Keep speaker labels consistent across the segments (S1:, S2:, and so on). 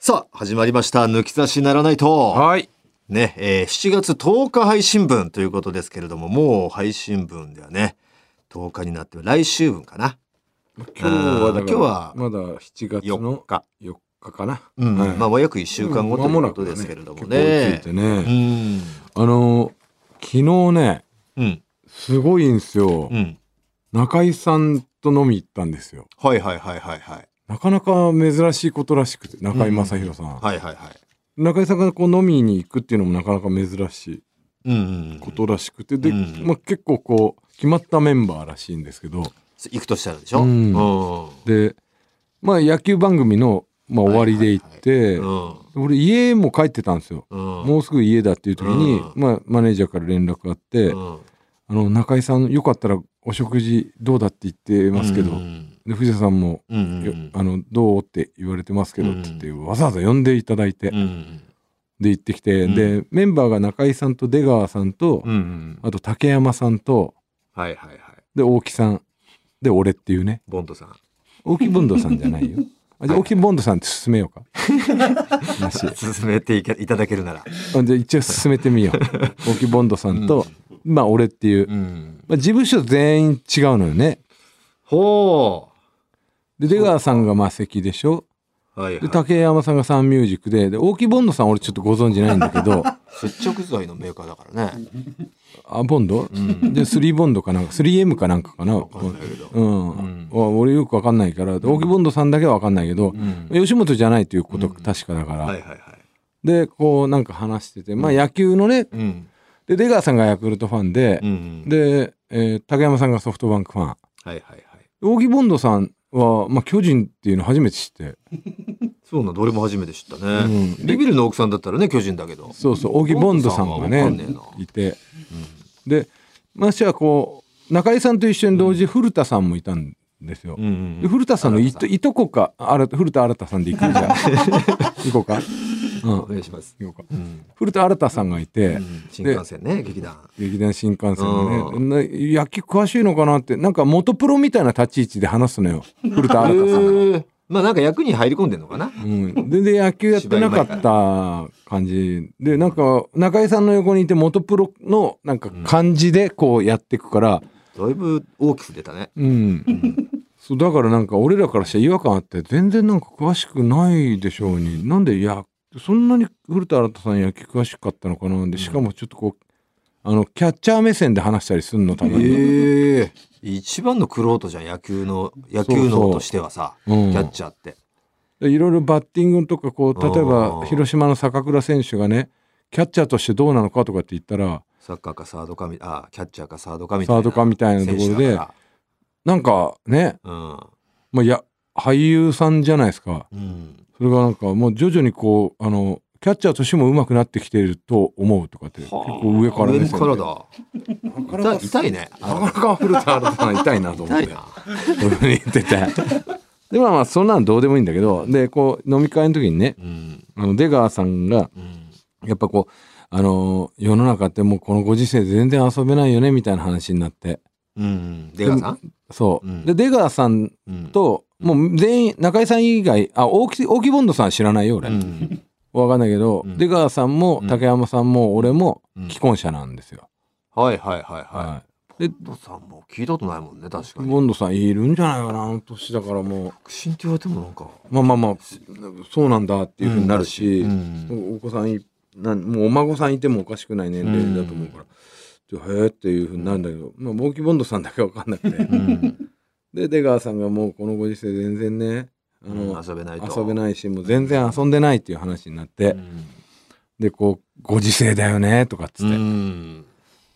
S1: さあ、始まりました。抜き差しならないと。
S2: はい。
S1: ね、えー7月10日配信分ということですけれども、もう配信分ではね、10日になって、来週分かな。
S2: 今日はだから
S1: 今日は
S2: まだ7月
S1: 4
S2: の
S1: 日。
S2: 4日かな。
S1: うん、
S2: はい
S1: まあ、約1週間後と
S2: 間
S1: い
S2: も
S1: う
S2: な
S1: こと
S2: くだ
S1: ですけれども
S2: 結構
S1: ね
S2: つい。てね。
S1: うん。
S2: あの昨日ね
S1: うん。
S2: すごいんですよ、
S1: うん。
S2: 中井さんと飲み行ったんですよ
S1: はいはいはいはいはい。
S2: なかなか珍しいことらしくて中井正宏さん、
S1: はいはいはい。
S2: 中井さんがこう飲みに行くっていうのもなかなか珍しい
S1: うんうんうん。
S2: ことらしくてで、
S1: うん
S2: まあ、結構こう決まったメンバーらしいんですけど
S1: 行くとしたらでしょ
S2: うん
S1: うん
S2: でまあ野球番組の、まあ、終わりで行って、
S1: うん。
S2: 俺家も帰ってたんですよ
S1: うん。
S2: もうすぐ家だっていう時に、
S1: うん
S2: まあ、マネージャーから連絡があって、
S1: うん
S2: あの中井さんよかったらお食事どうだって言ってますけど、
S1: うん
S2: で藤田さんも、
S1: うんうん
S2: よあのどうって言われてますけど
S1: う
S2: っ
S1: ん
S2: て言ってわざわざ呼んでいただいて、
S1: うん
S2: で行ってきて、
S1: うん
S2: でメンバーが中井さんと出川さんと、
S1: うんうん
S2: あと竹山さんと
S1: はいはいはい
S2: で大木さんで俺っていうね
S1: ボンドさん
S2: 大木ボンドさんじゃ ないよあじゃあ大木ボンドさんって進めようかなし
S1: 進めていけいただけるなら
S2: あじゃあ一応進めてみよ う大木ボンドさんと、まあ俺っていう、
S1: うん
S2: まあ、事務所全員違うのよね
S1: ほ
S2: で出川さんが魔石でしょ
S1: うはいは
S2: で
S1: い
S2: 竹山さんがサンミュージックでで大木ボンドさん俺ちょっとご存じないんだけど
S1: 接着剤のメーカーだからね
S2: あボンド、で3ボンドかなんか 3M かなんかかな
S1: わかんないけど
S2: うん、
S1: ん
S2: わ俺よくわかんないからで大木ボンドさんだけはわかんないけど、
S1: ん
S2: 吉本じゃないということ確かだから、
S1: はいはいはい
S2: でこうなんか話しててまあ野球のね
S1: うん
S2: で出川さんがヤクルトファンで
S1: う、ん
S2: で、えー竹山さんがソフトバンクファン
S1: はいはいはい
S2: 大木ボンドさんは、まあ、巨人っていうの初めて知って、
S1: そうなんだ俺も初めて知ったね
S2: うん
S1: ビビルの奥さんだったらね巨人だけど
S2: そうそう、大木ボンドさんが
S1: ボ
S2: ね
S1: ンドさんはわかんねえない
S2: て、で、ましてはこう、中井さんと一緒に同時、古田さんもいたんですよ。
S1: うんうん
S2: で古田さんのい
S1: 新
S2: といとこか、あら古田新太さんで行くじ ゃん。行こうか。うん、
S1: お願いします
S2: 行こうか。
S1: うん
S2: 古田新太さんがいて
S1: う、ん新幹線ね劇団
S2: 劇団新幹線のね、な野球詳しいのかなって、なんか元プロみたいな立ち位置で話すのよ。古田
S1: へ
S2: 新太さんが。
S1: ーまあなんか役に入り込んでんのかな
S2: うん、全然野球やってなかった感じでなんか中井さんの横にいて元プロのなんか感じでこうやっていくから、
S1: だいぶ大きく出たね
S2: うんそうだからなんか俺らからしたら違和感あって全然なんか詳しくないでしょうになんでいやそんなに古田新太さん野球詳しかったのかなでしかもちょっとこうあのキャッチャー目線で話したりすんのたまに、
S1: ええ一番の苦労人じゃん野球の野球
S2: そうそ
S1: 脳
S2: う
S1: としてはさ
S2: うん
S1: キャッチャーって
S2: でいろいろバッティングとかこう例
S1: あ
S2: え
S1: ー
S2: ば広島の坂倉選手がねキャッチャーとしてどうなのかとかって言ったら
S1: サッカーかサードかみあキャッチャーかサードかみたい
S2: サ
S1: な
S2: ードかみたいなところ
S1: 選手
S2: で
S1: だ。か
S2: なんかね、
S1: ら
S2: まあ、や俳優さんじゃないですか
S1: うん、うん、
S2: それがなんかもう徐々にこうあのキャッチャーとしても上手くなってきてると思うとかって結構上から
S1: 上
S2: 目
S1: か
S2: 線
S1: ら
S2: で
S1: だ
S2: なか
S1: 痛
S2: ないか
S1: 痛いね
S2: なかなか古田新太さん痛いなと思っ
S1: 痛
S2: て
S1: い な
S2: 言ってて でまあまあそんなのどうでもいいんだけどでこう飲み会の時にね
S1: うん
S2: あの出川さんが
S1: うん
S2: やっぱこうあの世の中ってもうこのご時世全然遊べないよねみたいな話になって
S1: うん出川さん
S2: そう、
S1: うん
S2: で出川さん
S1: うん
S2: と、もう全員、中井さん以外、あ、大木、大木ボンドさん知らないよ、
S1: う
S2: 俺。
S1: ん
S2: わかんないけど、
S1: うん
S2: 出川さんも
S1: うん
S2: 竹山さんも俺も
S1: うん
S2: 既婚者なんですよ。
S1: はいはいはいは
S2: はいで
S1: ボンドさんも聞いたことないもんね確か
S2: い。
S1: に
S2: ボンドさんいるんじゃないかな、あの年だからも
S1: 確信って言われてもなんか
S2: う、まあまあまあ、そうなんだっていうふうになるし、
S1: うん
S2: お子さんい、なんもうお孫さんいてもおかしくない年齢だと思うから、ちょへえっていうふうになるんだけど、まあ、大木ボンドさんだけわかんなくて
S1: う。ん
S2: で、出川さんがもうこのご時世全然ね、あの、
S1: 遊べないと
S2: 遊べ
S1: い
S2: ないし、もう全然遊んでないっていう話になって、でこう「ご時世だよね」とかっつって、
S1: ん
S2: で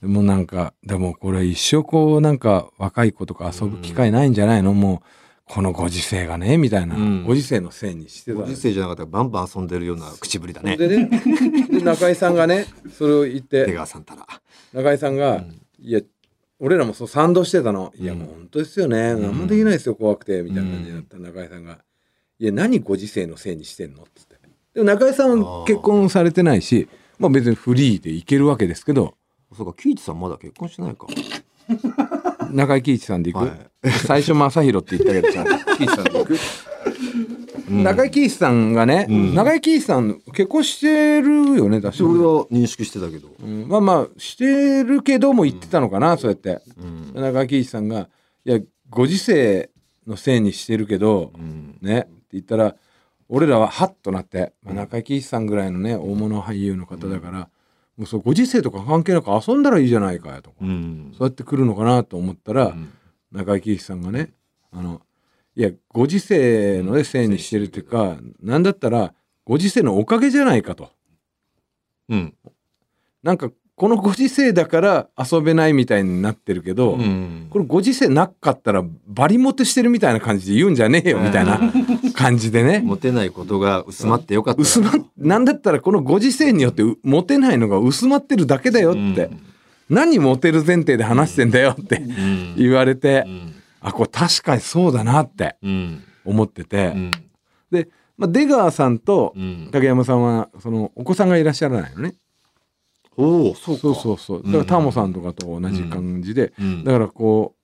S2: もうなんかでもこれ一生こうなんか若い子とか遊ぶ機会ないんじゃないの、もうこのご時世がねみたいな、
S1: うん
S2: ご時世のせいにしてた
S1: ご時世じゃなかったらバンバン遊んでるような口ぶりだね
S2: でねで中井さんがね それを言っ
S1: 出
S2: て
S1: 川さんたら
S2: 中井さんが
S1: う
S2: 「
S1: ん
S2: いや俺らもそう賛同してたの、いや
S1: うん
S2: もう本当ですよね何もできないですよ怖くて」みたいな感じになった中井さんが「いや何ご時世のせいにしてんの?」って言ってでも中井さんは結婚されてないしまあ別にフリーでいけるわけですけど
S1: そうか喜一さんまだ結婚して ないか
S2: 中井貴一さんで行く、
S1: は
S2: 最初正宏って言ったけどさ貴一さんで行く
S1: うん
S2: 中井貴一さんがね、
S1: うん
S2: 中井貴一さん結婚してるよね確
S1: そ
S2: か
S1: れ
S2: に、
S1: は認識してたけど、
S2: うんまあまあしてるけども言ってたのかな、そうやって
S1: うん
S2: 中井貴一さんが「いやご時世のせいにしてるけど
S1: うん
S2: ね」って言ったら俺らはハッとなって、まあ、中井貴一さんぐらいのね大物俳優の方だから、もうそうご時世とか関係なく遊んだらいいじゃないかとか、
S1: うん
S2: そうやって来るのかなと思ったら、
S1: うん
S2: 中井貴一さんがねあのいやご時世の、ね、せいにしてるというかなんだったらご時世のおかげじゃないかと
S1: うん
S2: なんかこのご時世だから遊べないみたいになってるけど、
S1: うん
S2: これご時世なかったらバリモテしてるみたいな感じで言うんじゃねえよみたいな感じでね
S1: モテないことが薄まってよかった
S2: 薄まっなんだったらこのご時世によってうモテないのが薄まってるだけだよって、何モテる前提で話してんだよって
S1: うん
S2: 言われて、
S1: うん
S2: あこれ確かにそうだなって
S1: うん
S2: 思ってて、
S1: うん
S2: で、まあ、出川さんと
S1: うん
S2: 影山さんはそのお子さんがいらっしゃらないのね、
S1: おおそうか
S2: そうそうそうだからタモさんとかと同じ感じで、
S1: うん
S2: だからこ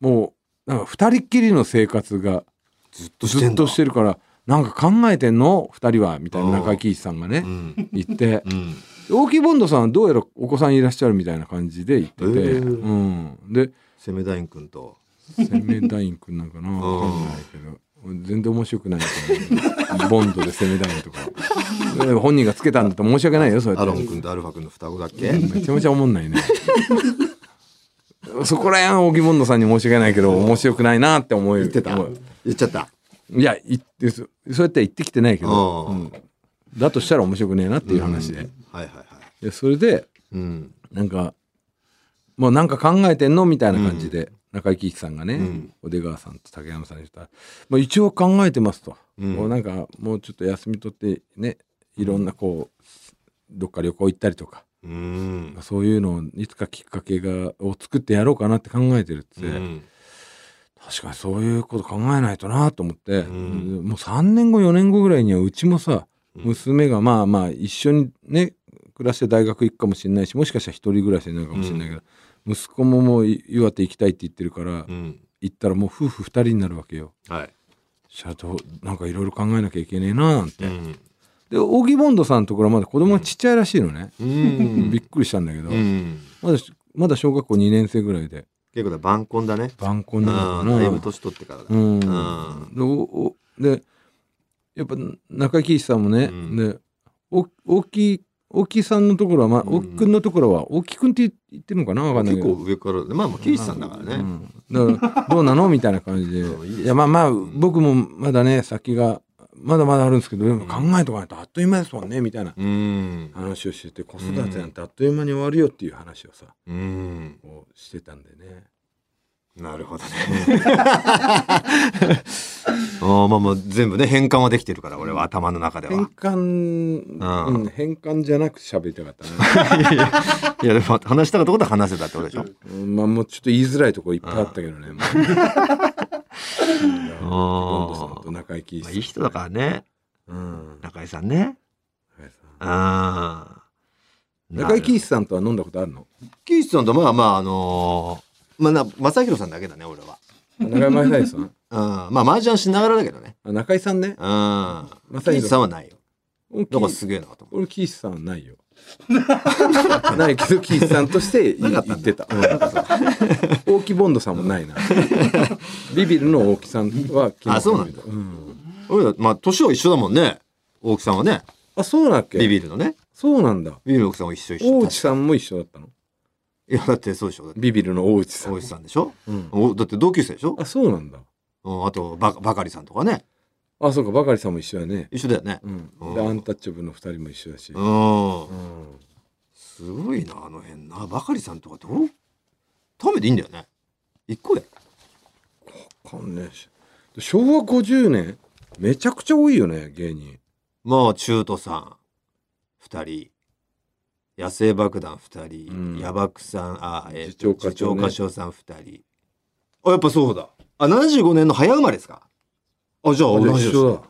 S2: うもうなんか2人っきりの生活が
S1: ずっとして
S2: ず
S1: ん
S2: っ
S1: だ
S2: としてるからなんか考えてんの2人はみたいな中井貴一さんが
S1: う
S2: ね
S1: ん
S2: 言って
S1: うん
S2: 大木ボンドさんはどうやらお子さんいらっしゃるみたいな感じで言ってて、
S1: へー
S2: うん、で
S1: セメダイン君と
S2: 洗面ダインくんなんかなわかんないけど全然面白くないけどボンドで洗面ダインとか 本人がつけたんだと申し訳ないよそうや
S1: ア
S2: って
S1: ロン君とアルファ君の双子だっけ
S2: めちゃめちゃおもんないね そこら辺は大木ボンドさんに申し訳ないけど面白くないなって思える
S1: 言ってた
S2: 思う
S1: 言っちゃった
S2: いや言ってそそうやって言ってきてないけど、
S1: う
S2: うんんだとしたら面白くねえなっていう話で、
S1: うん
S2: い
S1: はいはいはい
S2: やそれで
S1: うん
S2: なんかもうなんか考えてんのみたいな感じで、中井貴一さんがね、
S1: うん
S2: お出川さんと竹山さんにしたら「まあ、一応考えてますと」
S1: うん
S2: もうなんかもうちょっと休み取ってねいろんなこうどっか旅行行ったりとか
S1: うん
S2: そういうのをいつかきっかけがを作ってやろうかなって考えてるって、
S1: うん
S2: 確かにそういうこと考えないとなと思って、
S1: ん
S2: もう3年後4年後ぐらいにはうちもさ
S1: うん
S2: 娘がまあまあ一緒にね暮らして大学行くかもしれないしもしかしたら一人暮らしになるかもしれないけど、息子ももう岩手行きたいって言ってるから、
S1: うん
S2: 行ったらもう夫婦2人になるわけよ。
S1: はい
S2: シャドウなんかいろいろ考えなきゃいけねえななんて。
S1: うん
S2: でオギボンドさんのところはまだ子供がちっちゃいらしいのね、
S1: う
S2: び
S1: ん
S2: っくりしたんだけど、
S1: うん
S2: まだまだ小学校2年生ぐらいで
S1: 結構だ晩婚だね
S2: 晩婚
S1: うん
S2: なのかな。
S1: だいぶ年取ってからだ
S2: うん
S1: ん
S2: でおおでやっぱ中井貴一さんもね、
S1: うん
S2: でお大木大木さんのところは、まあ、
S1: うん
S2: 大木くんのところは大木くんって言ってるのかなわかんない
S1: 結
S2: け
S1: 構
S2: ど
S1: 上からまあまあケイシさんだからね
S2: うん、だからどうなのみたいな感じで
S1: そういいです
S2: やまあまあ僕もまだね先がまだまだあるんですけどでも考えとかないとあっという間ですもんねみたいな
S1: うん
S2: 話をしてて子育てなんてあっという間に終わるよっていう話をさ
S1: うん
S2: こうしてたんでね。
S1: なるほ どね。ああまあまあ全部ね変換はできてるから俺は頭の中で
S2: 変
S1: は。
S2: 換、
S1: うん
S2: うん、変換じゃなく喋りたかったな、
S1: いやでも話したかったことは話せたってことでしょ。
S2: うんまあもうちょっと言いづらいとこいっぱいあったけどねもううんボンドさんと仲良き
S1: まあ、いい人だからね
S2: うん
S1: 中井さんね。
S2: 中井さん
S1: ああ。
S2: 中井貴一
S1: さ
S2: さんとは飲んだことあるの
S1: ん。キースさんとまあまああのーまあな正弘さんだけだね俺は。
S2: 中井正さん
S1: うんまあ麻雀しながらだけどね。
S2: あ中井さんね
S1: うん。正
S2: 正
S1: 弘
S2: 弘
S1: さんはないよ。
S2: 俺
S1: なんかすげえなと思
S2: 俺貴一さんはないよ ないけど貴一さんとして言
S1: なか
S2: 言ってた、うん大木ボンドさん もないなビビるの大木さんは昨日
S1: あそうなんだ
S2: うん
S1: って。俺らまあ年は一緒だもんね。大木さんはね
S2: あそうだっけ
S1: ビビるのね。
S2: そうなんだ
S1: ビビる奥さんは一緒一緒。
S2: 大内さんも一緒だったの
S1: いやだってそうでしょ。だって
S2: ビビるの大内さ
S1: 大
S2: ん、
S1: 石さんでしょ。
S2: うん、
S1: おだって同級生でしょ、
S2: あそうなんだ
S1: うん、あとばばかりさんとかね
S2: あそうかばかりさんも一緒だね、
S1: 一緒だよね
S2: うん
S1: うん
S2: でアンタッチャブルの二人も一緒だし、
S1: う
S2: うん
S1: ん、すごいなあの辺なばかりさんとかどう食べていいんだよね一個で
S2: わかんねえし昭和50年めちゃくちゃ多いよね芸人
S1: まあ中途さん二人野生爆弾二人、
S2: うん
S1: 野爆さんあえー、
S2: 次長課長ね
S1: 次長課長さん二人あやっぱそうだあ75年の早生まれですかあじゃあ同じで
S2: 一
S1: す
S2: 緒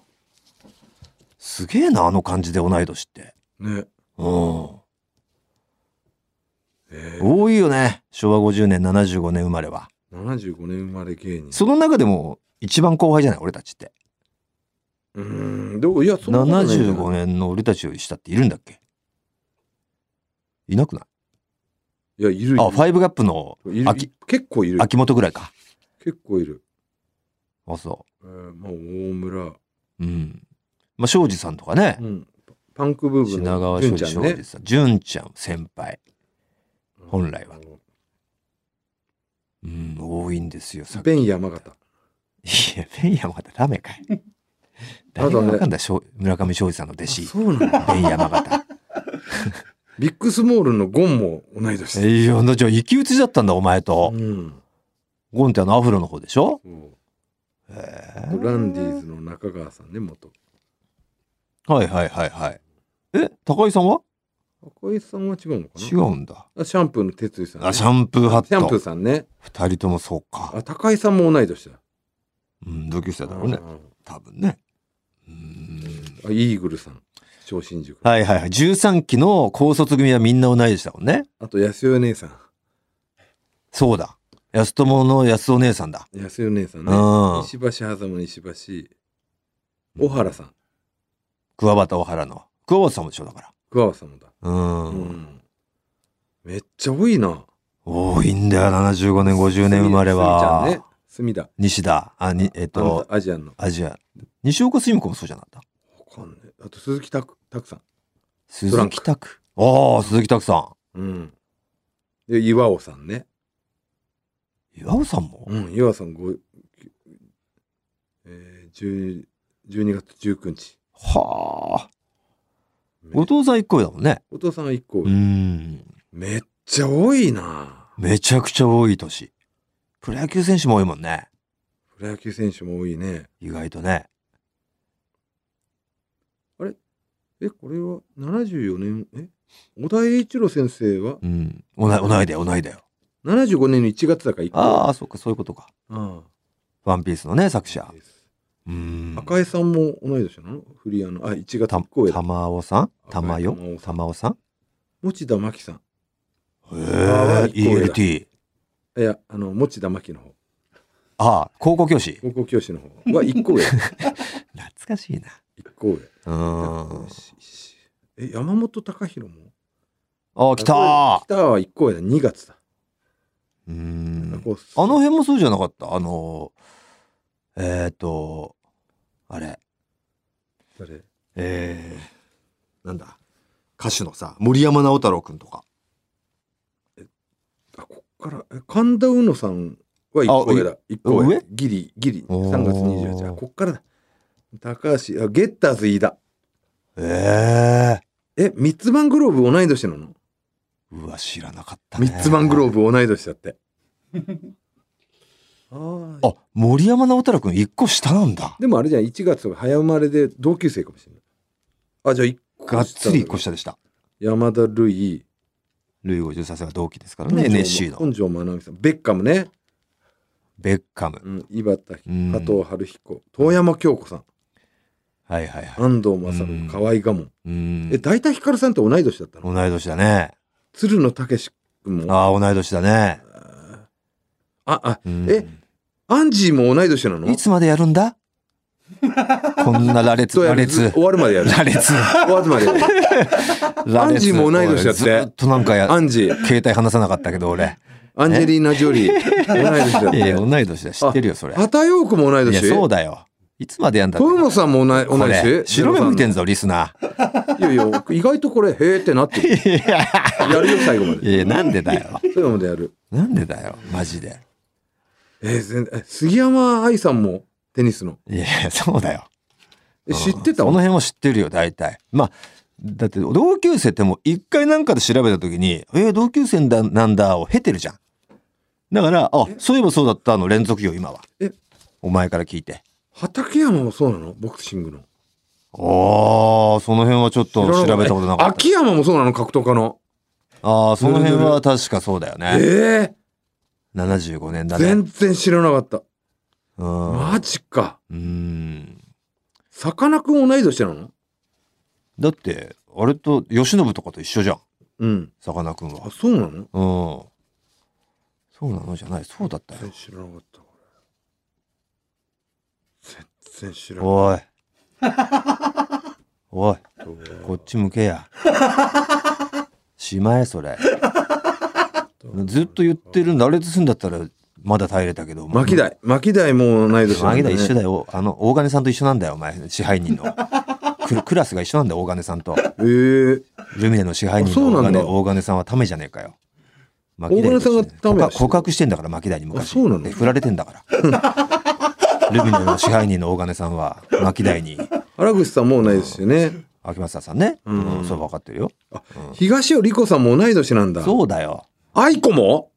S1: すげえなあの感じで同い年って
S2: だね
S1: うん
S2: えー、
S1: 多いよね昭和50年75年生まれは
S2: 75年生まれ芸人
S1: その中でも一番後輩じゃない俺たちって
S2: うんどういやそんなことないんじゃない
S1: 75年の俺たちより下っているんだっけいなくない
S2: いやいるいる
S1: あファイブガップの
S2: いる
S1: 秋
S2: 結構いる
S1: 秋元ぐらいか
S2: 結構いる、
S1: あそ
S2: えーまあ、大村、
S1: ううんまあ庄司さんとかね、
S2: うん、パンクブーブー
S1: 品
S2: の
S1: 川
S2: 純
S1: 庄
S2: ち
S1: 司
S2: ゃん
S1: 庄
S2: ね
S1: 司さん純ちゃん先輩本来はうん多いんですよ
S2: ベン山形
S1: いや、ペンヤマダメ かい。誰がわかんだ、しょう村上昌司さんの弟
S2: あ
S1: 子、
S2: そうなんだ
S1: ペンヤマ ガ
S2: ビッグスモールのゴンも同い年
S1: タ。いや、じゃあ、生き打ちだったんだ、お前と
S2: う。ん、
S1: ゴンってあのアフロの方でしょ
S2: そう
S1: へ
S2: ランディ
S1: ズ。
S2: ーズの中川さんね元
S1: はいはいはいはい。え、高井さんは
S2: 赤井さんは違うのかな
S1: 違うんだ。
S2: あシャンプーの哲司さんね、
S1: あ、シャンプーハ
S2: シャン
S1: ッ
S2: プー
S1: ト。
S2: さんね
S1: 二人ともそうか。
S2: あ高井さんも同い年だ
S1: うん、同級生だろうね
S2: う。ん
S1: 多分ね。うん。
S2: あイーグルさん超新塾、
S1: はいはいはい。13期の高卒組はみんな同いでしたもんね。
S2: あと安代姉さん
S1: そうだ。安友の安お姉さんだ。
S2: 安代姉さん
S1: う
S2: ね
S1: ん。
S2: 石橋狭間の石橋小原さん
S1: 桑畑小原の。桑畑さんも一緒だから。
S2: 桑原さんもだ、
S1: うん。
S2: うんめっちゃ多いな
S1: 多いんだよ、75年、50年生まれは。
S2: すみちゃんね
S1: 西田、あ、に、えっ
S2: 隅田あの
S1: と、
S2: アジアンの
S1: アジア。西岡澄子もそうじゃなかった。
S2: わかんないあと鈴木拓拓さん
S1: 鈴
S2: トランク
S1: 木拓。ああ、鈴木拓さ
S2: うんで岩尾さんね
S1: ん。岩尾さんも、
S2: うん岩尾さんごえー、10 12月19日
S1: はあ。
S2: め
S1: 後藤さん一個だもんね。
S2: お父さんは1個、
S1: うん。
S2: めっちゃ多いな
S1: めちゃくちゃ多い年。プロ野球選手も多いもんね。
S2: プロ野球選手も多いね
S1: 意外とね。
S2: えこれは74年え小田栄一郎先生は
S1: うん。おない、おないだよ、おないだよ。
S2: 75年の1月だから1個
S1: ああ、そうか、そういうことか。
S2: あ
S1: ワンピースのね、作者
S2: あ。です
S1: うん。
S2: 赤江さんも同い年なのフリーアのあ1月
S1: た
S2: 1個上だ
S1: 玉尾さん
S2: 赤い
S1: 玉よ
S2: 玉緒さん
S1: 玉尾さん
S2: 持田真希さん
S1: へ
S2: あ
S1: え
S2: 一個上だ
S1: ELT
S2: いやあの持田真希の方
S1: ああ高校教師
S2: 高校教師の方は1個上 一
S1: 懐かしいな
S2: 個上
S1: うーん
S2: え山本貴弘も
S1: あ来たー
S2: 北は1個上だ2月だ、
S1: うーん
S2: こう
S1: あの辺もそうじゃなかったあのーえっ、ー、とあれ
S2: 誰
S1: えー、なんだ歌手のさ森山直太朗くんとか
S2: あこっからえ神田うのさんは1個上だ1個上
S1: 上
S2: ギリギリ
S1: おー
S2: 3月28日あこっからだ高橋あゲッターズ飯田
S1: ええ
S2: えミッツマングローブ同い年なの
S1: ー、うわ知らなかったね
S2: ミッツマングローブ同い年 だってあー
S1: あ森山直太朗くん一個下なんだ
S2: でもあれじゃん1月とか早生まれで同級生かもしれないあじゃあ1個下だ
S1: がっつり一個下でした
S2: 山田るい
S1: ルイ53世が同期ですからね NSC の
S2: 本庄まなみさんベッカムね、
S1: ベッカム。
S2: うん、井端加
S1: うん
S2: 藤晴彦遠山京子さん
S1: はいはいはい。
S2: 安藤正
S1: うん
S2: 信河合我門
S1: うん
S2: え。大体ひかるさんって同い年だったの
S1: 同い年だね。
S2: 鶴野武志君もあ
S1: ああ、同い年だね。
S2: あ
S1: うん
S2: えアンジーも同い年なの
S1: いつまでやるんだこんな羅列、
S2: とや
S1: 羅
S2: るず
S1: 列
S2: 終。わるまで やる
S1: 羅列。
S2: 終わるまでやる
S1: 羅列
S2: アンジーも同い年だって
S1: ずっとなんかや
S2: ア、ンジー
S1: 携帯離さなかったけど俺。
S2: アンジェリーナ・ジョリー同い年だっ
S1: いやいや、
S2: て
S1: 同い年だ。知ってるよ、それ。い
S2: 畑陽子も同い
S1: や、
S2: 年
S1: そうだよ。いつまでやんだって
S2: 豊野さんも同い同
S1: こ
S2: い
S1: れ
S2: 年
S1: 白目向いてん
S2: ん
S1: ぞ、リスナ
S2: いやいや意外とこれへえってなってる
S1: ー。いや
S2: やるよ最後ま
S1: い
S2: で
S1: やいや、なんでだよ。
S2: そういうのでやる。
S1: なんでだよ、マジで。
S2: えー全え杉山愛さんもテニスの。
S1: いやいや、そうだよ。
S2: え知っ
S1: う
S2: てた
S1: んその
S2: の
S1: 辺は知ってるよ大体まあだって同級生ってもう一回なんかで調べた時に「えー、同級生だなんだ」を経てるじゃんだから「あそういえばそうだった」の連続よ今は
S2: え
S1: お前から聞いて
S2: 畠山もそうなのボクシングの。
S1: あーその辺はちょっと調べたことなかった
S2: 秋山もそうなの格闘家の。
S1: ああその辺は確かそうだよ
S2: え
S1: ね
S2: ー
S1: 75年だね
S2: 全然知らなかった。
S1: うんう
S2: マジか。
S1: ん
S2: さかなクン同い年なの
S1: だってあれと慶喜とかと一緒じゃん
S2: うん。
S1: さかなクンはう
S2: あ
S1: ん
S2: そうなの
S1: そうなのじゃないそうだったよ
S2: 全然知らなかった。これ全然知らなかっ
S1: おい おいこっち向けやしまえそれずっと言ってるんだ羅列すんだったらまだ耐えれたけど
S2: 巻き台巻き台も同い年なん
S1: マギ
S2: でね
S1: だ一緒だよあの大金さんと一緒なんだよお前支配人のククラスが一緒なんだよ大金さんと
S2: えー、
S1: ルミネの支配人
S2: あそう
S1: の
S2: な
S1: 大
S2: んだ
S1: 金大金さんはタメじゃねえかよ巻き台
S2: 大金さんがタメ
S1: 告
S2: だ
S1: 白告白してんだから巻き台に昔
S2: あそうなの
S1: で振られてんだ からルミネの支配人の大金さんは巻き台に
S2: 原口さんも同い年よね
S1: 秋松さんね、
S2: う
S1: うんんそう分かってるよ
S2: 東尾理子さんも同い年なんだ
S1: そうだよ
S2: 愛子も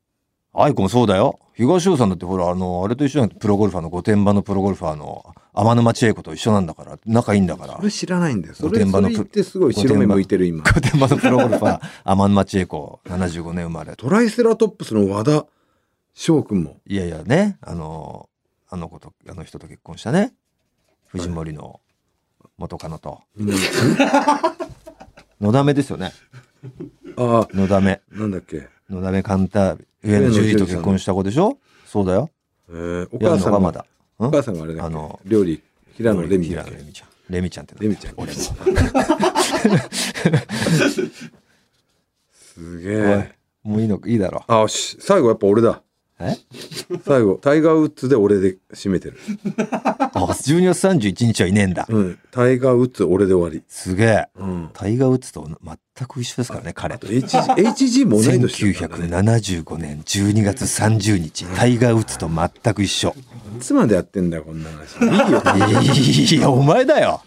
S1: 愛子もそうだよ東尾さんだってほらあのあれと一緒なんだよプロゴルファーの御殿場のプロゴルファーの天沼千恵子と一緒なんだから仲いいんだから
S2: それ知らないんだよそ
S1: 御
S2: れ
S1: 殿
S2: そ
S1: 場
S2: れ
S1: のプ
S2: 言ってすごい白目向いてる今
S1: 御殿場のプロゴルファー天沼千恵子75年生まれ
S2: トライセラトップスの和田翔くんも
S1: いやいやねあのあの子とあの人と結婚したね藤森の元カノと
S2: みんな
S1: のだめですよね
S2: ああ
S1: のだめ
S2: なんだっけ、
S1: のだめカンタービ上野樹里と結婚した子でしょそうだよ
S2: えー、お
S1: いや
S2: 母
S1: 野
S2: さ
S1: が
S2: ん
S1: ま
S2: が
S1: だ
S2: お母さんがあれだっ
S1: あ
S2: け
S1: の
S2: 料理平野レミ
S1: 平
S2: だっ
S1: 野
S2: け
S1: レミちゃんレミちゃんって
S2: レミちゃん
S1: 俺も
S2: すげえ
S1: もういいのいいだろ
S2: あよし最後やっぱ俺だ
S1: え
S2: 最後タイガー・ウッズで俺で締めてる
S1: あ12月31日はいねえんだ
S2: うんタイガー・ウッズ俺で終わり
S1: すげえ
S2: うん
S1: タイガー・ウッズと全く一緒ですからね彼
S2: あと HG, HG も同い年だからね
S1: 1975年12月30日タイガー・ウッズと全く一緒
S2: いつまでやってんだよこんな話いいよ
S1: いやお前だよ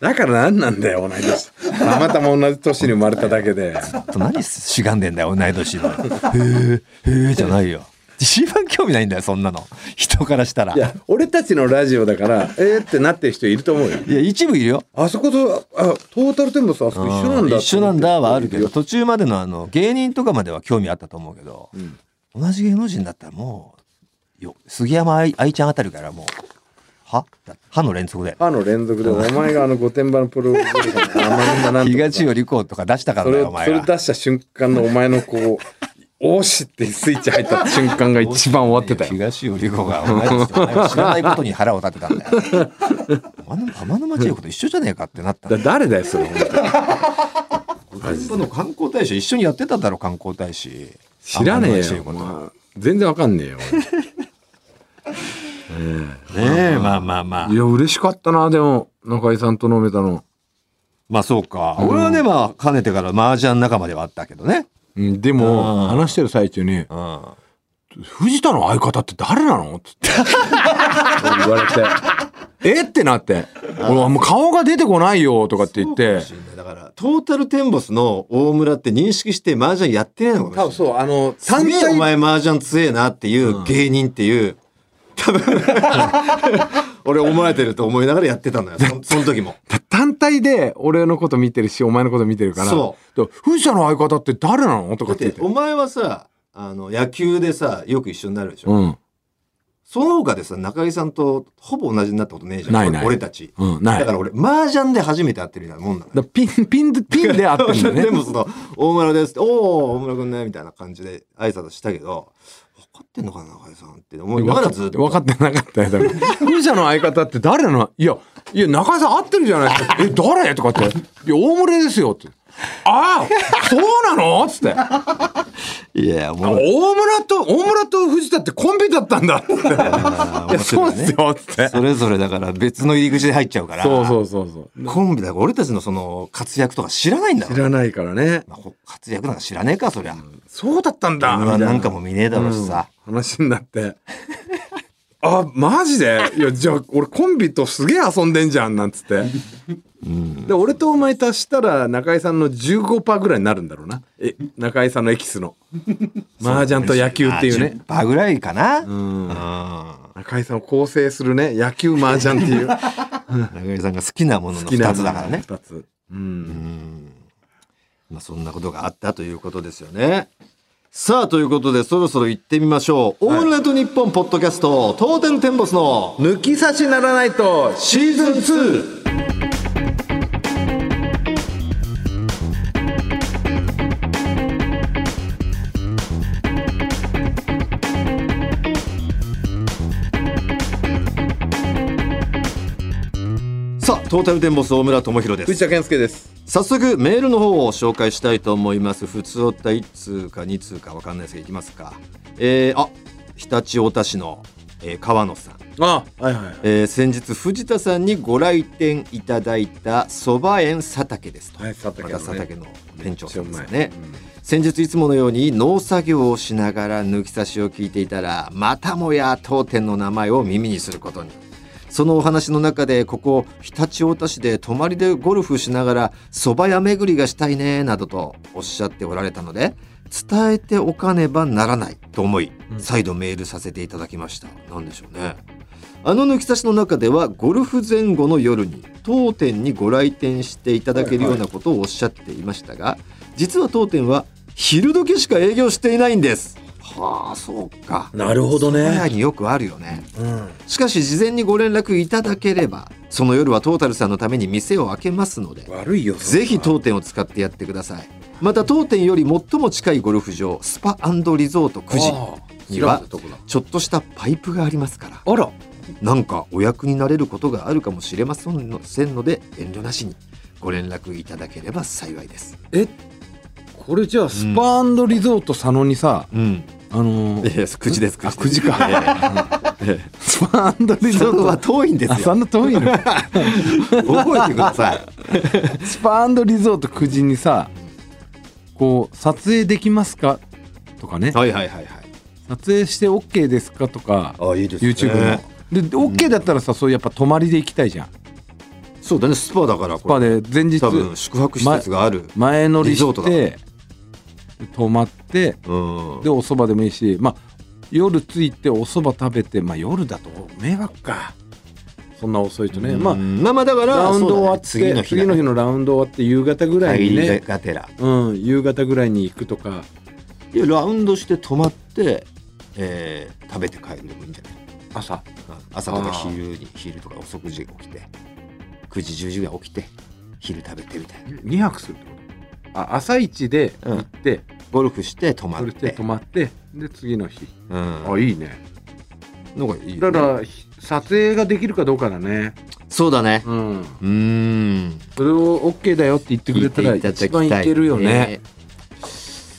S2: だから何なんだよ同い年たまたま同じ年に生まれただけで
S1: ちょっと何しがんでんだよ同い年のへえへえじゃないよ一番興味ないんだよそんなの人からしたら
S2: いや俺たちのラジオだからえー、ってなってる人いると思うよ
S1: いや一部いるよ
S2: あそことあトータルテンボスあそこ一緒なんだ
S1: 一緒なんだはあるけど
S2: と
S1: 途中までのあの芸人とかまでは興味あったと思うけど、同じ芸能人だったらもうよ杉山愛愛ちゃんあたりからもうはだ歯の連続で
S2: 歯の連続でお前があの御殿場のプロレスの名前のなんとか
S1: 東よりこうとか出したか
S2: そ
S1: らだ
S2: れ
S1: よお
S2: をそ
S1: 前
S2: れ
S1: が
S2: 出した瞬間のお前のこ う「おーし!」ってスイッチ入った瞬間が一番終わってたよ
S1: 東より子が同い年じゃない知らないことに腹を立てたんだよ 天沼天沼千恵子と一緒じゃねえかってなったんだ
S2: だ誰だよそれ本当に
S1: 日本の観光大使一緒にやってただろ観光大使
S2: 知らねえ
S1: 天沼千恵
S2: よ、
S1: 子と
S2: まあ全然わかんねえよ
S1: ねえまあまあまあ
S2: 俺いや嬉しかったなでも中井さんと飲めたの、
S1: まあそうか俺はねまあかねてから麻雀仲間ではあったけどね
S2: うん、でも話してる最中に
S1: うん
S2: 「藤田の相方って誰なの?」っつって言われて「 えっ?」てなって「俺はもう顔が出てこないよ」とかって言って
S1: だからトータルテンボスの大村って認識して麻雀やってないのかもし
S2: そうあの
S1: れないすげえお前麻雀強えなっていう芸人っていう、多 分俺思われてると思いながらやってたのよそその時も
S2: た単体で俺のこと見てるしお前のこと見てるから
S1: そ
S2: 「で藤田の相方って誰なの?」と
S1: だ
S2: か
S1: っ
S2: って言
S1: て
S2: って
S1: お前はさあの野球でさよく一緒になるでしょ、
S2: うん
S1: その他でさ中井さんとほぼ同じになったことねえじゃん
S2: ないない
S1: 俺たち、
S2: うんない
S1: だから俺麻雀で初めて会ってるみたいなもんなのよ
S2: だピンピンでピン で合ってるんだよね
S1: でもその「大村です」って「おお大村くんね」みたいな感じで挨拶したけど分かってんのかな中井さんって思いながらずっと
S2: 分かってなかったよ。だから 風車の相方って誰なのいや、いや、中井さん合ってるじゃない ですか。え、誰とかって。いや、大盛れですよって。ああそうなのつって。あ
S1: いやいやも
S2: 大
S1: う
S2: 村と、大村と藤田ってコンビだったんだ って。いや、そうっすよ、つって。
S1: それぞれだから別の入り口で入っちゃうから
S2: そうそうそうそう。
S1: コンビだから俺たちのその活躍とか知らないんだろ
S2: 知らないからね。
S1: まあほ活躍なんか知らねえかそりゃ、
S2: そうだったんだ。みたい
S1: M1 なんかも見ねえだろうしさ、
S2: うん話になって。 あ、マジでいや、じゃあ、俺コンビとすげえ遊んでんじゃん、なんつって。で、俺とお前足したら、中井さんの15%ぐらいになるんだろうな。え、中井さんのエキスの。麻雀と野球っていうね。
S1: バぐらいかなうん中
S2: 中井さんを構成するね、野球麻雀っていう。好
S1: 井さんが好きなものの
S2: きな
S1: 2つだからね
S2: 二つ。うん。
S1: まあ、そんなことがあったということですよね。さあ、ということで、そろそろ行ってみましょう。オールナイトニッポンポッドキャスト、トータルテンボスの
S2: 抜き差しならないと、
S1: シーズン 2! トータルテンボス大村智弘です
S3: 藤田健介です
S1: 早速メールの方を紹介したいと思います普通おった1通か2通かわかんないですけどいきますかえー、あ常陸太田市の、えー川野さん、
S3: あはいはい
S1: えー先日藤田さんにご来店いただいたそば園佐竹ですと、
S3: はい佐竹のね
S1: また佐竹の店長さんですよ
S3: めっ
S1: ね
S3: ちゃうまいうん
S1: 先日いつものように農作業をしながら抜き差しを聞いていたらまたもや当店の名前を耳にすることにそのお話の中でここ常陸太田市で泊まりでゴルフしながら蕎麦屋巡りがしたいねなどとおっしゃっておられたので伝えておかねばならないと思い
S2: うん
S1: 再度メールさせていただきました何でしょうねあの抜き差しの中ではゴルフ前後の夜に当店にご来店していただけるようなことをおっしゃっていましたが実は当店は昼時しか営業していないんですはあそうか
S3: なるほど
S1: 蕎麦屋
S3: ね
S1: によくあるよね
S3: うん
S1: しかし事前にご連絡いただければその夜はトータルさんのために店を開けますので
S3: 悪いよそんな
S1: ぜひ当店を使ってやってくださいまた当店より最も近いゴルフ場スパリゾート9時
S3: ああ
S1: には
S3: 調べたとこだ
S1: ちょっとしたパイプがありますから
S3: あら
S1: なんかお役になれることがあるかもしれませんのせんので遠慮なしにご連絡いただければ幸いです
S2: え
S3: これじゃあ
S2: スパリゾート佐野にさ、
S1: うん
S2: あのー、
S1: ええ9時です
S2: あ
S1: 9時 か
S2: スパリ
S1: そ
S2: ゾ
S1: こは
S2: ート
S1: 遠いんで
S2: あ
S1: す
S2: そ
S1: よ
S2: んな遠いの
S1: 覚えてください
S2: スパリゾート9時にさこう撮影できますかとかね
S1: はいはいはいはい
S2: 撮影して OK ですかとか
S1: あいいで
S2: YouTube の、で OK だったらさそうやっぱ泊まりで行きたいじゃん
S1: そうだねスパだから
S2: スパで前日
S1: 多分宿泊施設がある、
S2: 前乗り
S1: リゾート
S2: し
S1: だか
S2: て泊まって
S1: うん
S2: でお蕎麦でもいいしまあ夜着いてお蕎麦食べてまあ夜だと迷惑かそんな遅いとね、まあ
S1: まあまあだから
S2: ラウンド終わって
S1: そうだね次の日
S2: 次の日のラウンド終わって夕方ぐらい
S1: 帰
S2: に
S1: り
S2: ね、
S1: がてら
S2: うん、夕方ぐらいに行くとか
S1: いやラウンドして泊まって、えー食べて帰るでもいいんじゃない
S2: 朝
S1: うん朝とか
S3: あー
S1: 昼に昼とか遅く時起きて9時10時ぐらい起きて昼食べてみたいな
S2: 2泊するってことあ朝一で行って、
S1: ゴルフして泊ま
S2: そ
S1: っ
S2: れで
S1: て
S2: 泊まってで次の日、
S1: うん
S2: あいいね
S1: のがいいよ
S2: だ
S1: ね
S2: からひ撮影ができるかどうかだね
S1: そうだね
S2: うん
S1: うーん
S2: それを OK だよって言ってくれたら
S1: 聞いていただ
S2: 一
S1: きた
S2: 番
S1: い
S2: いけるよね、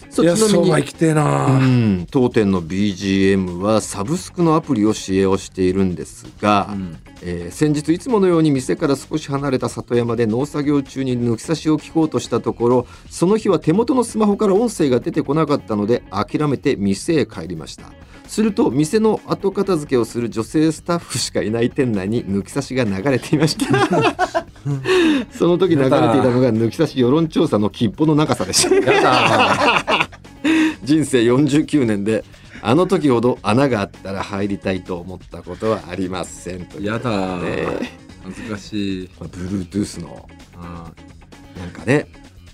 S1: そうちなみに
S2: きてえな
S1: うん当店の BGM はサブスクのアプリを使用しているんですが、えー先日いつものように店から少し離れた里山で農作業中に抜き差しを聞こうとしたところその日は手元のスマホから音声が出てこなかったので諦めて店へ帰りましたすると店の後片付けをする女性スタッフしかいない店内に抜き差しが流れていました その時流れていたのが抜き差し世論調査の切符の長さでした
S2: やだ
S1: 人生49年であの時ほど穴があったら入りたいと思ったことはありませんという
S2: やだ
S1: ね
S2: 恥ずかしい、
S1: まあ Bluetooth の
S2: う
S1: なんかね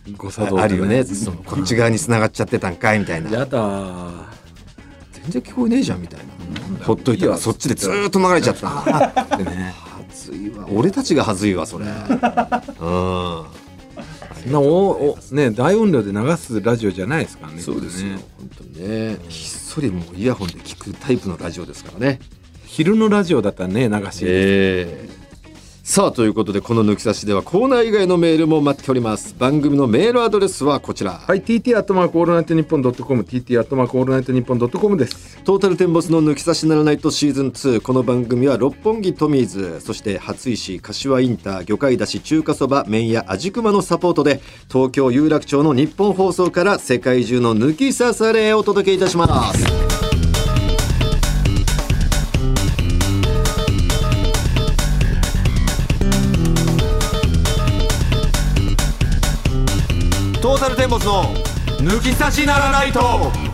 S2: ん、誤作動
S1: あ
S2: だ
S1: あるよねそのこっち側に繋がっちゃってたんかいみたいな
S2: やだ
S1: 全然聞こえねえじゃんみたいなほっといたらそっちでずーっと流れちゃったは
S2: ってね
S1: ずいわ俺たちがはずいわそれうんあり
S2: な
S1: がとう
S2: おおね大音量で流すラジオじゃないですからね
S1: そうですよ
S2: これね
S1: 本当にねひっそりもうイヤホンで聞くタイプのラジオですからね
S2: 昼のラジオだったらね流し、
S1: ええさあということでこの抜き差しではコーナー以外のメールも待っております番組のメールアドレスはこちら、
S2: はい TT アットマークオールナイトニッポンドットコム TT アットマークオールナイトニッポンドットコムです
S1: トータルテンボスの抜き差しならないとシーズン2この番組は六本木トミーズそして初石柏インター魚介だし中華そば麺屋味熊のサポートで東京有楽町の日本放送から世界中の抜き差されをお届けいたしますトータルテンボスの抜き差しならないと